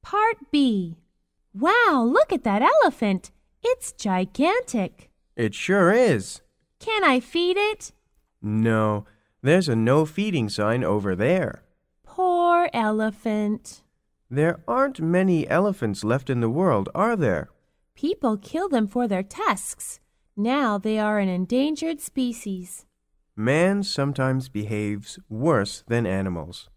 Part B. Wow, look at that elephant. It's gigantic. It sure is. Can I feed it? No, there's a no feeding sign over there. Poor elephant. There aren't many elephants left in the world, are there? People kill them for their tusks. Now they are an endangered species. Man sometimes behaves worse than animals.